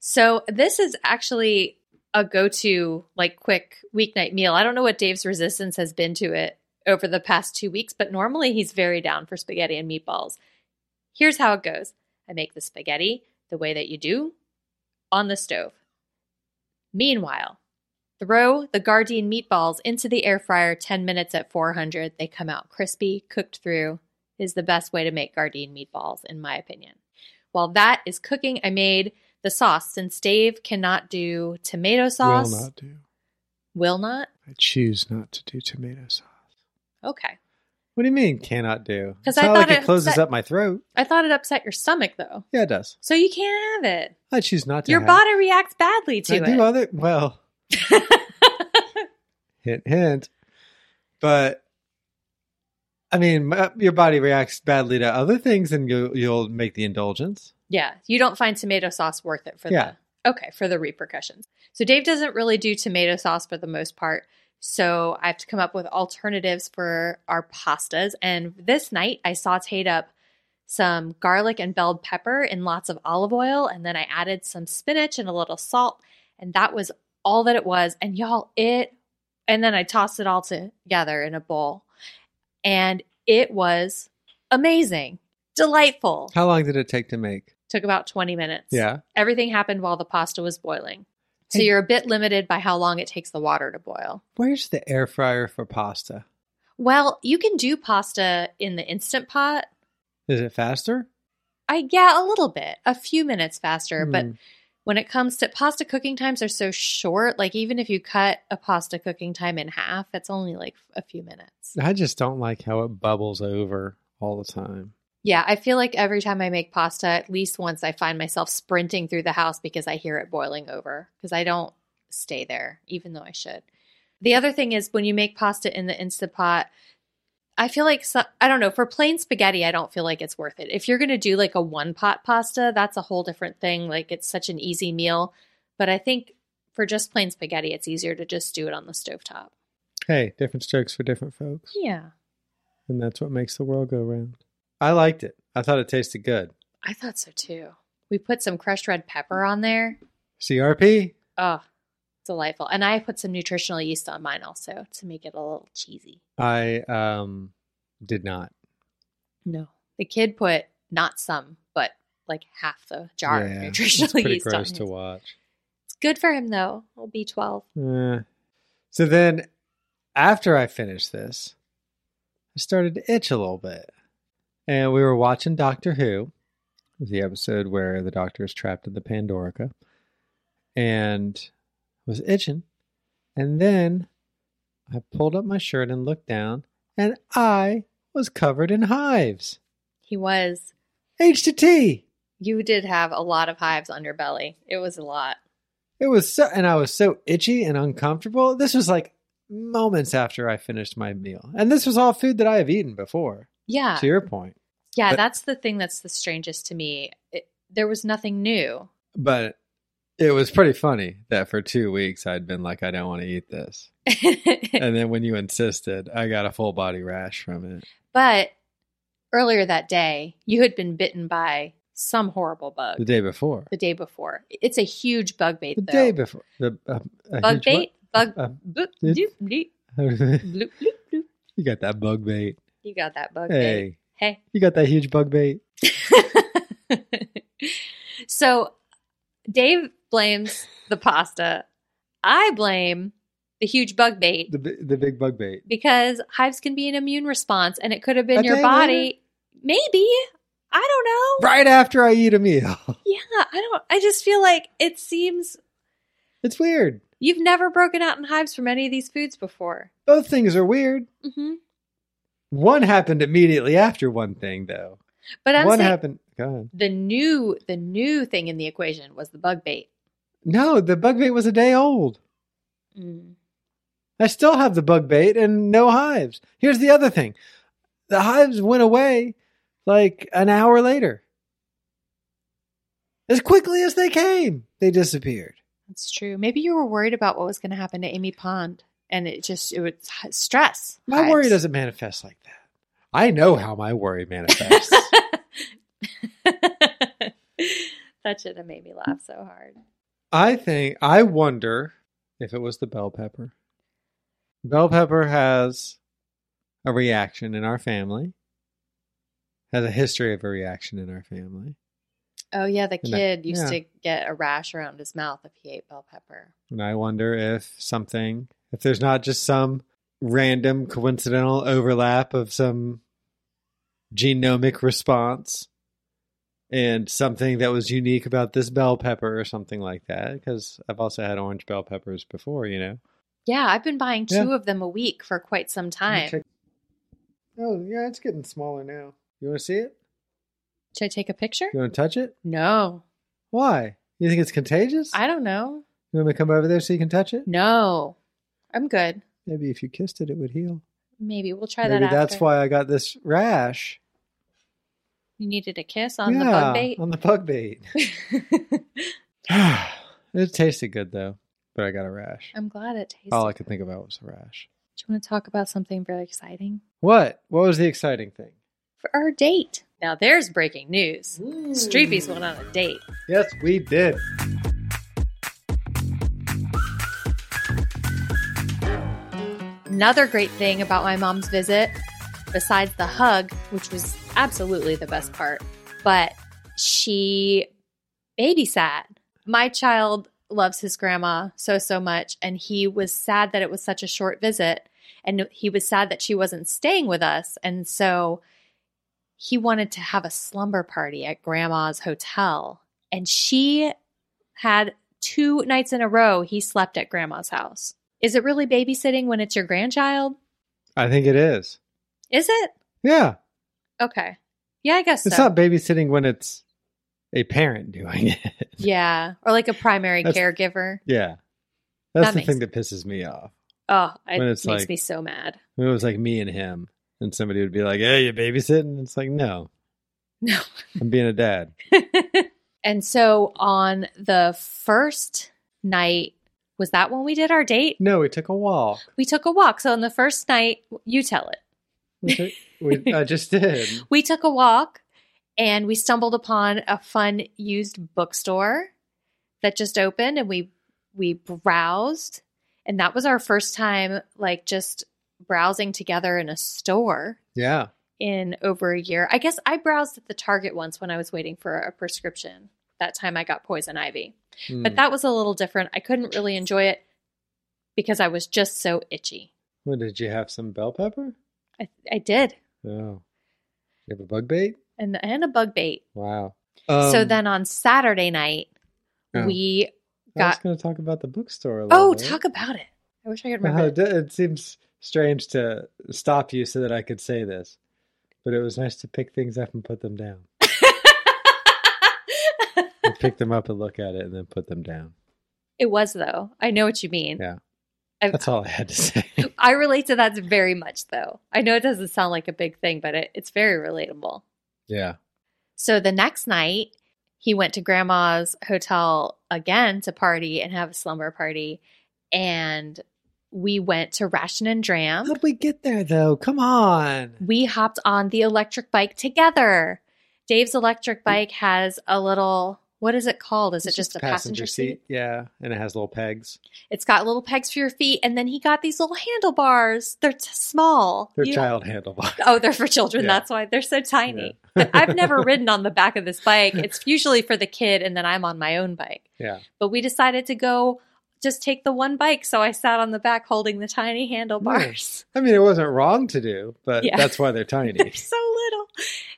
S2: So, this is actually a go to, like, quick weeknight meal. I don't know what Dave's resistance has been to it over the past two weeks, but normally he's very down for spaghetti and meatballs. Here's how it goes I make the spaghetti the way that you do on the stove. Meanwhile, throw the Gardein meatballs into the air fryer 10 minutes at 400. They come out crispy, cooked through. Is the best way to make Gardein meatballs, in my opinion. While that is cooking, I made the sauce since Dave cannot do tomato sauce.
S3: Will not do.
S2: Will not?
S3: I choose not to do tomato sauce.
S2: Okay.
S3: What do you mean cannot do?
S2: 'Cause
S3: It's
S2: I
S3: not like
S2: thought
S3: it
S2: it
S3: closes
S2: upset-
S3: up my throat.
S2: I thought it upset your stomach though.
S3: Yeah, it does.
S2: So you can't have it.
S3: I choose not to.
S2: Your
S3: have it.
S2: body reacts badly to
S3: I
S2: it.
S3: do other well. hint, hint. But I mean, my, your body reacts badly to other things, and you, you'll make the indulgence.
S2: yeah. You don't find tomato sauce worth it for
S3: Yeah.
S2: the Okay, for the repercussions. So Dave doesn't really do tomato sauce for the most part. So I have to come up with alternatives for our pastas. And this night I sauteed up some garlic and bell pepper in lots of olive oil, and then I added some spinach and a little salt, and that was all that it was. And y'all, it and then I tossed it all together in a bowl, and it was amazing, delightful.
S3: How long did it take to make?
S2: Took about 20 minutes.
S3: Yeah.
S2: Everything happened while the pasta was boiling. So
S3: Hey.
S2: you're a bit limited by how long it takes the water to boil.
S3: Where's the air fryer for pasta?
S2: Well, you can do pasta in the instant pot.
S3: Is it faster?
S2: I yeah, a little bit, a few minutes faster, but
S3: Hmm.
S2: when it comes to pasta cooking times are so short, like even if you cut a pasta cooking time in half, it's only like a few minutes.
S3: I just don't like how it bubbles over all the time.
S2: Yeah, I feel like every time I make pasta, at least once I find myself sprinting through the house because I hear it boiling over because I don't stay there, even though I should. The other thing is when you make pasta in the Instant Pot, I feel like, so, I don't know, for plain spaghetti, I don't feel like it's worth it. If you're going to do like a one pot pasta, that's a whole different thing. Like it's such an easy meal. But I think for just plain spaghetti, it's easier to just do it on the stovetop.
S3: Hey, different strokes for different folks,
S2: Yeah.
S3: and that's what makes the world go round. I liked it. I thought it tasted good.
S2: I thought so too. We put some crushed red pepper on there.
S3: CRP.
S2: Oh, delightful. And I put some nutritional yeast on mine also to make it a little cheesy.
S3: I um did not.
S2: No. The kid put not some, but like half the jar of
S3: Yeah, it's
S2: nutritional
S3: pretty
S2: yeast on
S3: gross to
S2: his.
S3: watch.
S2: It's good for him though. He'll be 12.
S3: Eh. So then, after I finished this, I started to itch a little bit, and we were watching Doctor Who, It was the episode where the Doctor is trapped in the Pandorica, and was itching, and then I pulled up my shirt and looked down, and I was covered in hives.
S2: He was.
S3: H to T.
S2: You did have a lot of hives on your belly. It was a lot.
S3: It was so, and I was so itchy and uncomfortable. This was like moments after I finished my meal. And this was all food that I have eaten before,
S2: Yeah.
S3: to your point.
S2: yeah,
S3: but-
S2: that's the thing that's the strangest to me. It, there was nothing new.
S3: But it was pretty funny that for two weeks I'd been like, I don't want to eat this. and then when you insisted, I got a full body rash from it.
S2: but earlier that day, you had been bitten by some horrible bug.
S3: The day before.
S2: the day before. It's a huge bug bait.
S3: The
S2: though.
S3: day before. The, uh, a
S2: Bug
S3: huge
S2: bait. Bug.
S3: Uh,
S2: bloop,
S3: it-
S2: doop, doop,
S3: what-
S2: bloop, bloop, bloop.
S3: you got that bug bait.
S2: You got that bug
S3: Hey,
S2: bait.
S3: you got that huge bug bait.
S2: Hey. so Dave blames the pasta. I blame the huge bug bait
S3: The, bi- the big bug bait.
S2: because hives can be an immune response, and it could have
S3: A
S2: been your
S3: day
S2: body. Maybe I don't know.
S3: Right after I eat a meal.
S2: Yeah, I don't. I just feel like it seems
S3: It's weird.
S2: you've never broken out in hives from any of these foods before.
S3: Both things are weird.
S2: hmm
S3: One happened immediately after one thing, though.
S2: But I'm
S3: one
S2: saying
S3: happened. Go ahead.
S2: the new the new thing in the equation was the bug bait.
S3: No, the bug bait was a day old.
S2: Mm.
S3: I still have the bug bait and no hives. Here's the other thing the hives went away like an hour later. As quickly as they came, they disappeared.
S2: That's true. Maybe you were worried about what was going to happen to Amy Pond, and it just it was h- stress.
S3: My worry doesn't manifest like that. I know how my worry manifests.
S2: that should have made me laugh so hard.
S3: I think I wonder if it was the bell pepper. Bell pepper has a reaction in our family. Has a history of a reaction in our family.
S2: Oh yeah, the
S3: And that-
S2: kid used
S3: yeah.
S2: to get a rash around his mouth if he ate bell pepper.
S3: And I wonder if something if there's not just some random coincidental overlap of some genomic response and something that was unique about this bell pepper or something like that because I've also had orange bell peppers before, you know.
S2: Yeah, I've been buying two
S3: Yeah.
S2: of them a week for quite some
S3: Let me
S2: time.
S3: check- Oh, yeah, it's getting smaller now. You want to see it?
S2: Should I take a picture?
S3: You want to touch it?
S2: No,
S3: Why? You think it's contagious?
S2: I don't know.
S3: You want me to come over there so you can touch it?
S2: No, I'm good.
S3: Maybe if you kissed it, it would heal.
S2: Maybe we'll try
S3: Maybe
S2: that.
S3: that's
S2: after.
S3: why I got this rash.
S2: you needed a kiss on the bug bait.
S3: On the bug bait. it tasted good though, but I got a rash.
S2: I'm glad it tasted.
S3: All Oh, I could think about was a rash.
S2: Do you want to talk about something very exciting
S3: What? What was the exciting thing?
S2: for our date? Now there's breaking news. Streepy's went on a date.
S3: Yes, we did.
S2: Another great thing about my mom's visit, besides the hug, which was absolutely the best part, but she babysat. My child loves his grandma so, so much, and he was sad that it was such a short visit. And he was sad that she wasn't staying with us. And so he wanted to have a slumber party at grandma's hotel. And she had two nights in a row, he slept at grandma's house. Is it really babysitting when it's your grandchild?
S3: I think it is.
S2: Is it?
S3: Yeah.
S2: Okay. Yeah, I guess
S3: It's
S2: so.
S3: not babysitting when it's a parent doing it.
S2: yeah. Or like a primary
S3: That's-
S2: caregiver.
S3: yeah. That's
S2: That
S3: the
S2: makes-
S3: thing that pisses me off.
S2: Oh, it
S3: When
S2: makes
S3: it's like-
S2: me so mad.
S3: When it was like me and him, and somebody would be like, Hey, you babysitting? It's like, no,
S2: No.
S3: I'm being a dad.
S2: and so on the first night, was that when we did our date?
S3: No, we took a walk.
S2: We took a walk. So on the first night, you tell it.
S3: We took, we, I just did.
S2: We took a walk and we stumbled upon a fun used bookstore that just opened and we we browsed and that was our first time like just browsing together in a store
S3: Yeah.
S2: in over a year. I guess I browsed at the Target once when I was waiting for a prescription. That time I got poison ivy. But
S3: Hmm.
S2: that was a little different. I couldn't really enjoy it because I was just so itchy.
S3: Well, did you have some bell pepper?
S2: I, I did.
S3: Oh. You have a bug bait?
S2: And and a bug bait.
S3: Wow.
S2: so
S3: Um,
S2: then on Saturday night,
S3: oh.
S2: we
S3: I was
S2: got-
S3: going to talk about the bookstore a little
S2: Oh,
S3: bit.
S2: talk about it. I wish I could
S3: Wow,
S2: remember.
S3: it,
S2: it.
S3: d- it seems strange to stop you so that I could say this, but it was nice to pick things up and put them down. You pick them up and look at it and then put them down.
S2: It was though. I know what you mean.
S3: Yeah.
S2: I,
S3: That's all I had to say.
S2: I relate to that very much though. I know it doesn't sound like a big thing, but it, it's very relatable.
S3: yeah.
S2: So the next night, he went to grandma's hotel again to party and have a slumber party. And we went to Ration and Dram.
S3: How'd we get there, though? Come on.
S2: we hopped on the electric bike together. Dave's electric bike has a little what is it called? Is it just, a passenger, seat?
S3: Yeah. And it has little pegs.
S2: It's got little pegs for your feet, and then he got these little handlebars. They're t- small.
S3: They're
S2: You-
S3: child handlebars.
S2: Oh, they're for children.
S3: Yeah.
S2: That's why they're so tiny.
S3: Yeah.
S2: But I've never ridden on the back of this bike. It's usually for the kid, and then I'm on my own bike.
S3: Yeah.
S2: But we decided to go just take the one bike. So I sat on the back holding the tiny handlebars.
S3: I mean, it wasn't wrong to do, but
S2: Yeah.
S3: that's why they're
S2: They're
S3: tiny.
S2: so little.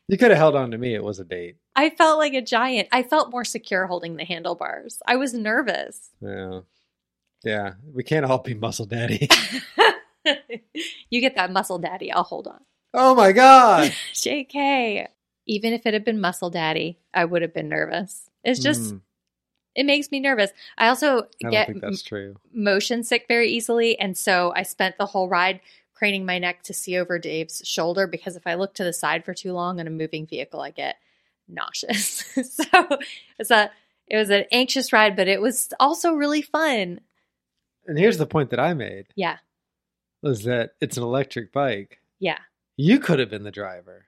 S3: you could have held on to me. It was a date.
S2: I felt like a giant. I felt more secure holding the handlebars. I was nervous.
S3: Yeah. Yeah. We can't all be muscle daddy.
S2: you get that muscle daddy. I'll hold on.
S3: oh my God.
S2: JK. Even if it had been muscle daddy, I would have been nervous. It's just,
S3: Mm,
S2: it makes me nervous. I also
S3: I don't
S2: get
S3: think that's true.
S2: motion sick very easily. And so I spent the whole ride craning my neck to see over Dave's shoulder because if I look to the side for too long in a moving vehicle, I get nauseous. so it's a it was an anxious ride, but it was also really fun.
S3: And here's the point that I made
S2: Yeah,
S3: was that it's an electric bike.
S2: yeah.
S3: You could have been the driver,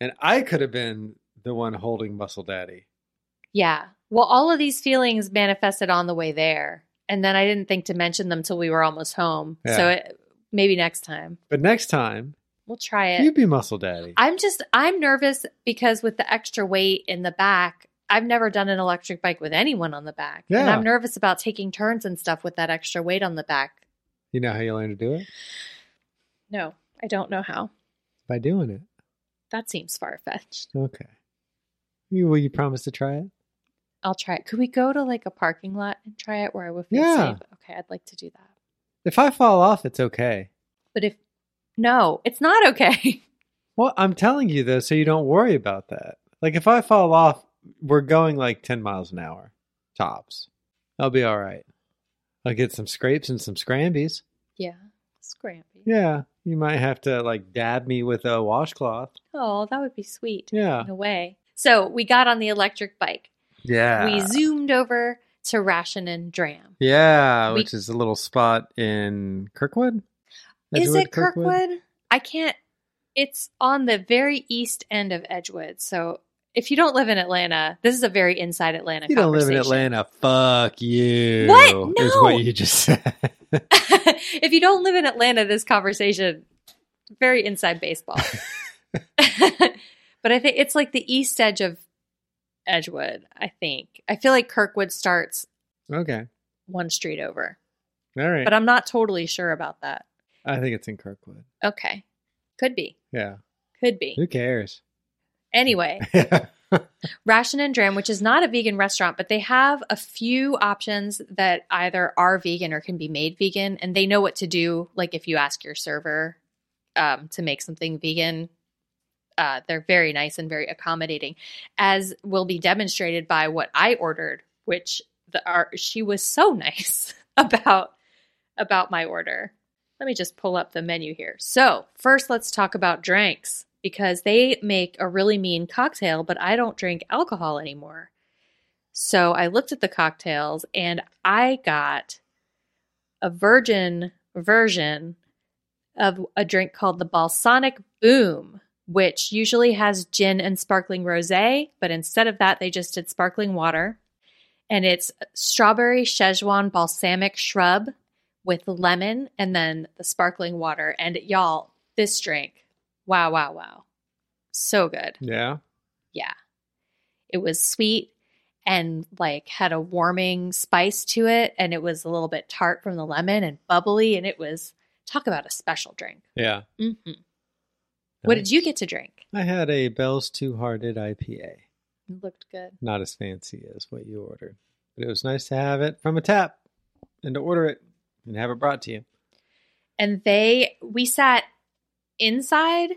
S3: and I could have been the one holding Muscle Daddy.
S2: Yeah. Well, all of these feelings manifested on the way there. And then I didn't think to mention them till we were almost home. So
S3: Yeah.
S2: it, maybe next time
S3: But next time,
S2: we'll try it.
S3: you be Muscle Daddy.
S2: I'm just, I'm nervous because with the extra weight in the back, I've never done an electric bike with anyone on the back. And
S3: Yeah.
S2: I'm nervous about taking turns and stuff with that extra weight on the back.
S3: you know how you learn to do it?
S2: No, I don't know how.
S3: By doing it.
S2: That seems far fetched.
S3: Okay. You, will you promise to try it?
S2: I'll try it. Could we go to like a parking lot and try it where I would feel
S3: Yeah.
S2: safe? Okay, I'd like to do that.
S3: If I fall off, it's okay.
S2: But if, no, it's not okay.
S3: Well, I'm telling you though, so you don't worry about that. Like if I fall off, we're going like 10 miles an hour tops. I'll be all right. I'll get some scrapes and some scrambies.
S2: Yeah. Scrampy.
S3: Yeah, you might have to like dab me with a washcloth.
S2: Oh, that would be sweet.
S3: Yeah.
S2: In a way. So we got on the electric bike.
S3: Yeah.
S2: We zoomed over to Ration and Dram.
S3: yeah,
S2: We-
S3: which is a little spot in Kirkwood.
S2: Is
S3: Edgewood,
S2: it Kirkwood? I can't. It's on the very east end of Edgewood. So if you don't live in Atlanta, this is a very inside Atlanta.
S3: You don't live in
S2: conversation.
S3: Atlanta. Fuck you.
S2: What?
S3: Is
S2: No.
S3: what you just said.
S2: if you don't live in Atlanta, this conversation very inside baseball. but I think it's like the east edge of Edgewood. I think I feel like Kirkwood starts
S3: okay.
S2: one street over,
S3: All right.
S2: but I'm not totally sure about that.
S3: I think it's in Kirkwood.
S2: Okay, could be,
S3: Yeah.
S2: could be.
S3: Who cares?
S2: Anyway, Ration and Dram, which is not a vegan restaurant, but they have a few options that either are vegan or can be made vegan, and they know what to do. Like if you ask your server um, to make something vegan, uh, they're very nice and very accommodating, as will be demonstrated by what I ordered, which the our, she was so nice about about my order. Let me just pull up the menu here. So, first, let's talk about drinks because they make a really mean cocktail, but I don't drink alcohol anymore. So, I looked at the cocktails and I got a virgin version of a drink called the Balsonic Boom, which usually has gin and sparkling rose, but instead of that, they just did sparkling water. And it's strawberry Szechuan balsamic shrub with lemon and then the sparkling water. And y'all, this drink, wow, wow, wow. So good.
S3: yeah.
S2: Yeah. It was sweet and like had a warming spice to it. And it was a little bit tart from the lemon and bubbly. And it was, talk about a special drink.
S3: Yeah.
S2: hmm What did you get to drink?
S3: I had a Bell's Two Hearted IPA.
S2: It looked good.
S3: Not as fancy as what you ordered, but it was nice to have it from a tap and to order it and have it brought to you.
S2: and they we sat inside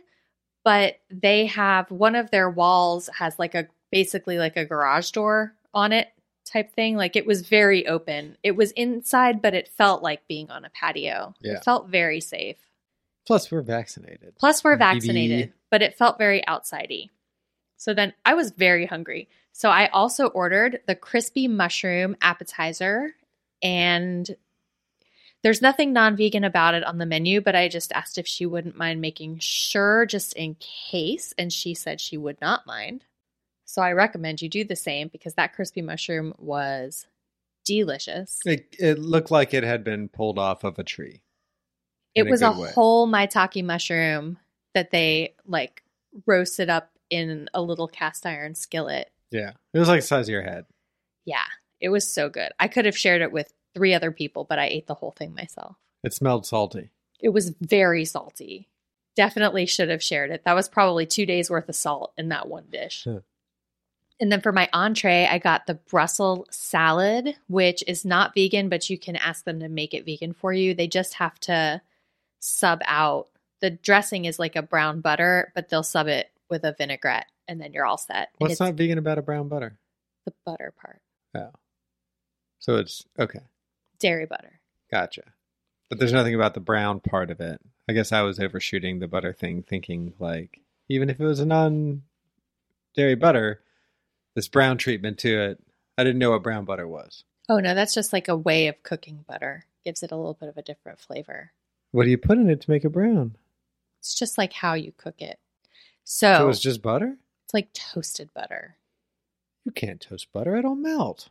S2: but they have one of their walls has like a basically like a garage door on it type thing like it was very open it was inside but it felt like being on a patio
S3: Yeah.
S2: it felt very safe
S3: Plus, we're vaccinated.
S2: plus we're
S3: BB.
S2: vaccinated but it felt very outsidey so then i was very hungry so i also ordered the crispy mushroom appetizer and there's nothing non-vegan about it on the menu but i just asked if she wouldn't mind making sure just in case and she said she would not mind so i recommend you do the same because that crispy mushroom was delicious
S3: It, it looked like it had been pulled off of a tree.
S2: It
S3: in
S2: was a,
S3: good way.
S2: whole maitake mushroom that they like roasted up in a little cast iron skillet.
S3: Yeah. It was like the size of your head.
S2: Yeah, it was so good. I could have shared it with three other people, but I ate the whole thing myself.
S3: It smelled salty.
S2: It was very salty. Definitely should have shared it. That was probably two days worth of salt in that one dish.
S3: Huh.
S2: And then for my entree, I got the Brussels salad, which is not vegan, but you can ask them to make it vegan for you. They just have to sub out. The dressing is like a brown butter, but they'll sub it with a vinaigrette, and then you're all set. And
S3: What's
S2: it's
S3: not vegan about a brown butter?
S2: the butter part?
S3: Oh. So it's okay.
S2: Dairy butter.
S3: Gotcha. But there's nothing about the brown part of it I guess I was overshooting the butter thing, thinking like even if it was a non dairy butter, this brown treatment to it, I didn't know what brown butter was.
S2: Oh no, that's just like a way of cooking butter. Gives it a little bit of a different flavor.
S3: What do you put in it to make it brown?
S2: It's just like how you cook it.
S3: So
S2: So
S3: it's just butter?
S2: it's like toasted butter.
S3: You can't toast butter, it'll melt.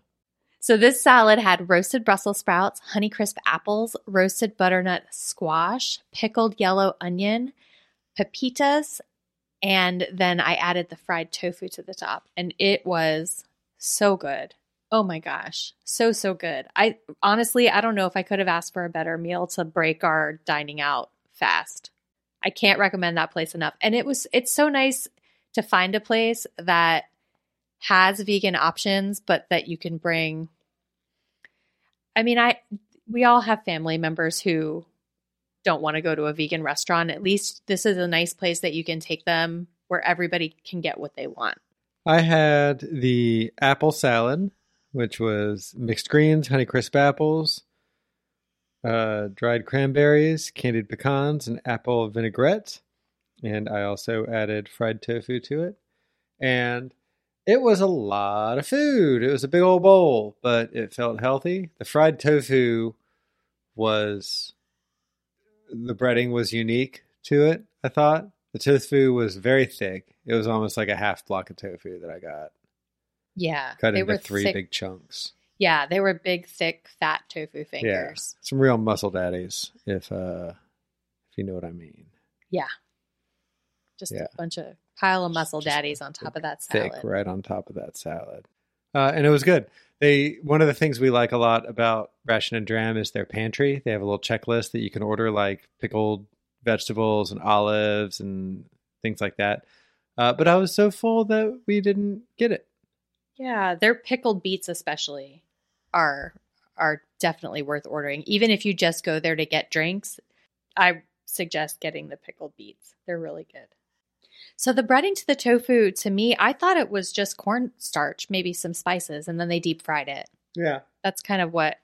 S2: So this salad had roasted Brussels sprouts, Honeycrisp apples, roasted butternut squash, pickled yellow onion, pepitas, and then I added the fried tofu to the top and it was so good. Oh my gosh, so so good. I honestly, I don't know if I could have asked for a better meal to break our dining out fast. I can't recommend that place enough. And it was it's so nice to find a place that has vegan options, but that you can bring. I mean, I we all have family members who don't want to go to a vegan restaurant. At least this is a nice place that you can take them where everybody can get what they want.
S3: I had the apple salad, which was mixed greens, Honeycrisp apples, uh, dried cranberries, candied pecans, and apple vinaigrette. And I also added fried tofu to it. And it was a lot of food. It was a big old bowl, but it felt healthy. The fried tofu was, the breading was unique to it, I thought. The tofu was very thick. It was almost like a half block of tofu that I got
S2: Yeah,
S3: cut into three
S2: thick-
S3: big chunks.
S2: Yeah, they were big, thick, fat tofu fingers.
S3: Yeah, some real muscle daddies, if uh, if you know what I mean.
S2: Yeah, just
S3: Yeah.
S2: a bunch of pile of muscle
S3: Just
S2: daddies on top of that salad.
S3: Thick, right on top of that salad, uh, and it was good. They one of the things we like a lot about Ration and Dram is their pantry. They have a little checklist that you can order, like pickled vegetables and olives and things like that. Uh, but I was so full that we didn't get it.
S2: Yeah, their pickled beets especially are are definitely worth ordering. Even if you just go there to get drinks, I suggest getting the pickled beets. They're really good. So the breading to the tofu to me, I thought it was just cornstarch, maybe some spices, and then they deep fried it.
S3: Yeah,
S2: That's kind of what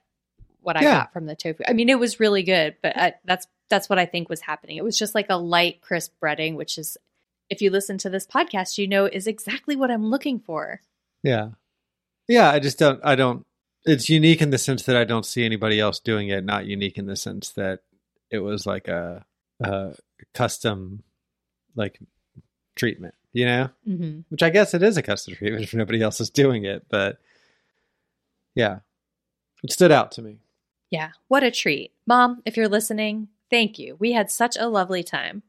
S2: what I
S3: Yeah.
S2: got from the tofu. I mean, it was really good, but I, that's that's what I think was happening. It was just like a light, crisp breading, which is, if you listen to this podcast, you know is exactly what I'm looking for.
S3: Yeah. Yeah, I just don't I don't it's unique in the sense that I don't see anybody else doing it, not unique in the sense that it was like a a custom like treatment, you know?
S2: Mm-hmm.
S3: Which I guess it is a custom treatment if nobody else is doing it, but yeah. It stood out to me.
S2: Yeah, what a treat. Mom, if you're listening, thank you. We had such a lovely time.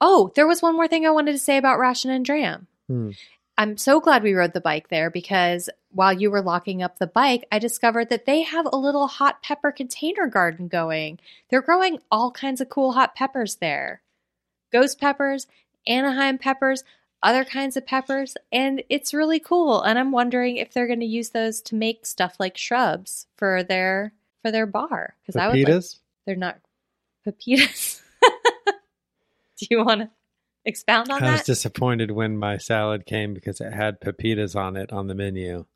S2: Oh, there was one more thing I wanted to say about Ration and Dram.
S3: Hmm.
S2: I'm so glad we rode the bike there because while you were locking up the bike, I discovered that they have a little hot pepper container garden going. They're growing all kinds of cool hot peppers there ghost peppers, Anaheim peppers, other kinds of peppers, and it's really cool. And I'm wondering if they're going to use those to make stuff like shrubs for their for their bar because I would like-
S3: Pepitas?
S2: they're not pepitas. Do you want to expound on
S3: I was
S2: that?
S3: disappointed when my salad came because it had pepitas on it on the menu.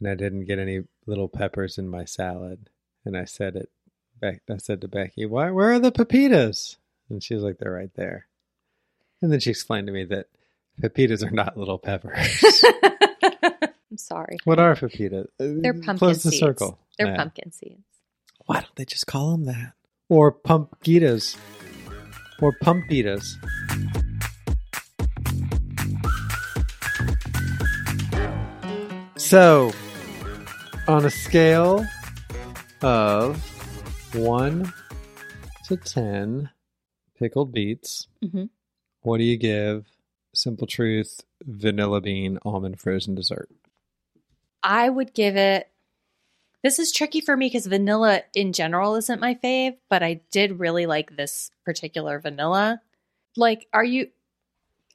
S3: And I didn't get any little peppers in my salad. And I said it back I said to Becky, Why where are the pepitas? And she was like, They're right there. And then she explained to me that pepitas are not little peppers.
S2: I'm sorry.
S3: what are pepitas?
S2: They're pumpkin
S3: Mm, Close the
S2: seeds.
S3: circle.
S2: They're
S3: Yeah.
S2: pumpkin seeds.
S3: Why don't they just call them that? Or pumpkitas. Or pumpitas. So, on a scale of 1 to 10 pickled beets,
S2: Mm-hmm.
S3: what do you give Simple Truth vanilla bean almond frozen dessert?
S2: I would give it. This is tricky for me because vanilla in general isn't my fave, but I did really like this particular vanilla. Like, are you?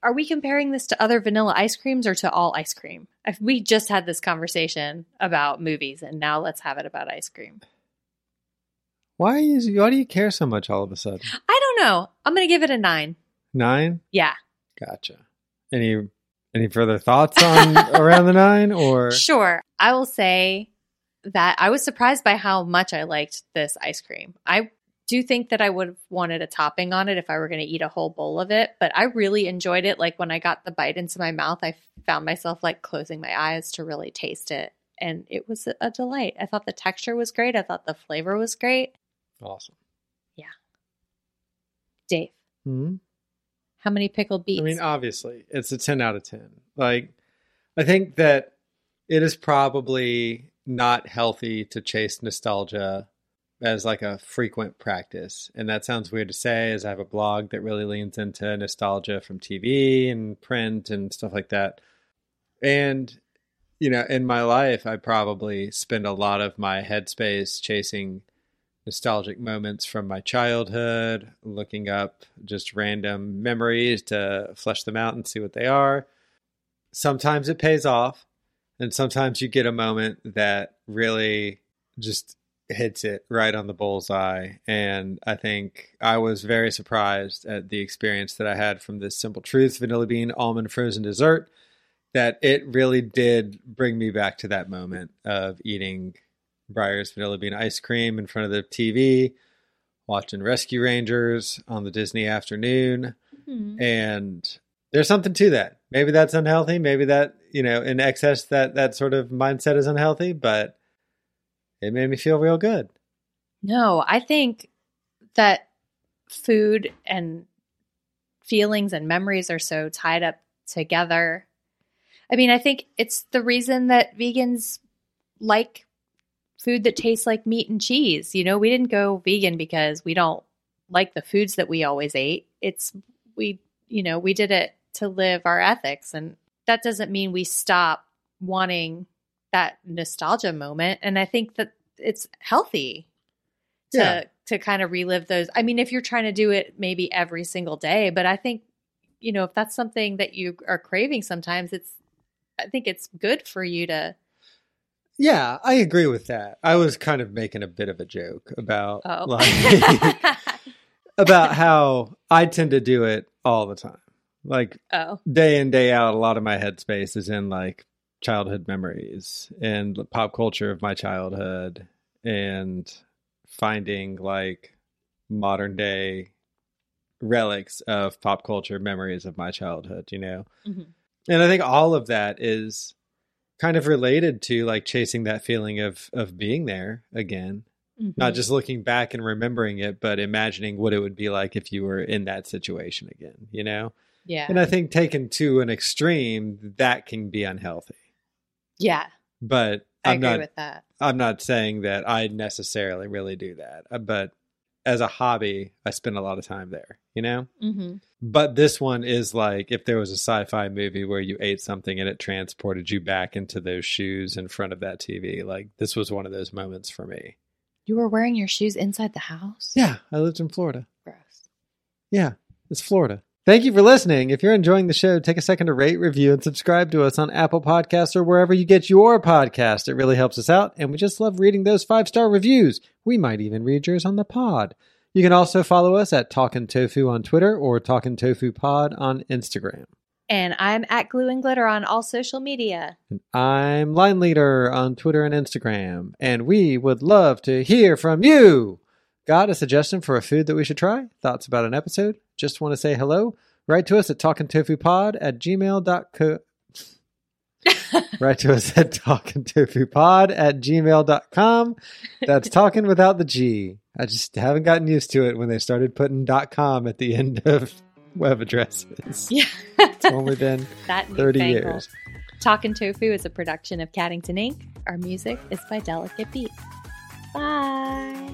S2: Are we comparing this to other vanilla ice creams or to all ice cream? If we just had this conversation about movies, and now let's have it about ice cream.
S3: Why are you, why do you care so much all of a sudden?
S2: I don't know. I'm gonna give it a nine.
S3: 9?
S2: Yeah,
S3: Gotcha. Any any further thoughts on around the nine or
S2: sure. I will say that I was surprised by how much I liked this ice cream. I do think that I would have wanted a topping on it if I were going to eat a whole bowl of it, but I really enjoyed it. Like when I got the bite into my mouth, I found myself like closing my eyes to really taste it. And it was a- a delight. I thought the texture was great. I thought the flavor was great.
S3: Awesome.
S2: Dave,
S3: hmm
S2: how many pickled beets?
S3: I mean, obviously, it's a 10 out of 10. Like, I think that it is probably not healthy to chase nostalgia as like a frequent practice. And that sounds weird to say, as I have a blog that really leans into nostalgia from TV and print and stuff like that. And, you know, in my life, I probably spend a lot of my headspace chasing nostalgic moments from my childhood, looking up just random memories to flesh them out and see what they are. Sometimes it pays off, and sometimes you get a moment that really just hits it right on the bullseye. And I think I was very surprised at the experience that I had from this Simple Truth vanilla bean almond frozen dessert. That it really did bring me back to that moment of eating Briar's vanilla bean ice cream in front of the TV, watching Rescue Rangers on the Disney afternoon. And there's something to that. Maybe that's unhealthy. Maybe that, you know, in excess that that sort of mindset is unhealthy, but it made me feel real good.
S2: No, I think that food and feelings and memories are so tied up together. I mean, I think it's the reason that vegans like food that tastes like meat and cheese. You know, we didn't go vegan because we don't like the foods that we always ate. It's we, you know, we did it to live our ethics and that doesn't mean we stop wanting that nostalgia moment and I think that it's healthy to
S3: Yeah.
S2: to kind of relive those. I mean, if you're trying to do it maybe every single day, but I think you know, if that's something that you are craving sometimes, it's I think it's good for you to
S3: Yeah, I agree with that. I was kind of making a bit of a joke about
S2: oh.
S3: like, about how I tend to do it all the time. Like
S2: oh.
S3: day in day out a lot of my headspace is in like childhood memories and the pop culture of my childhood and finding like modern day relics of pop culture memories of my childhood you know
S2: Mhm.
S3: and i think all of that is kind of related to like chasing that feeling of of being there again
S2: Mm-hmm.
S3: not just looking back and remembering it but imagining what it would be like if you were in that situation again you know
S2: yeah.
S3: and I think taken to an extreme, that can be unhealthy.
S2: yeah.
S3: But
S2: I
S3: I'm
S2: agree
S3: not
S2: with that.
S3: I'm not saying that I necessarily really do that. Uh, But as a hobby, I spend a lot of time there, you know?
S2: Mm-hmm.
S3: But this one is like if there was a sci-fi movie where you ate something and it transported you back into those shoes in front of that TV. Like this was one of those moments for me.
S2: You were wearing your shoes inside the house?
S3: Yeah, I lived in Florida.
S2: Gross.
S3: Yeah, it's Florida. Thank you for listening. If you're enjoying the show, take a second to rate, review, and subscribe to us on Apple Podcasts or wherever you get your podcast. It really helps us out, and we just love reading those five star reviews. We might even read yours on the pod. You can also follow us at Talkin' Tofu on Twitter or Talkin' Tofu Pod on Instagram.
S2: And I'm at Glue and Glitter on all social media.
S3: I'm Line Leader on Twitter and Instagram, and we would love to hear from you. Got a suggestion for a food that we should try? Thoughts about an episode? Just want to say hello? Write to us at talkingtofupod at gmail.co. Write to us at talkingtofupod at gmail.com. That's talking without the G. I just haven't gotten used to it when they started putting dot .com at the end of web addresses.
S2: Yeah.
S3: It's only been
S2: that new
S3: 30
S2: fangle.
S3: years.
S2: Talkin' Tofu is a production of Caddington Inc. Our music is by Delicate Beat. Bye.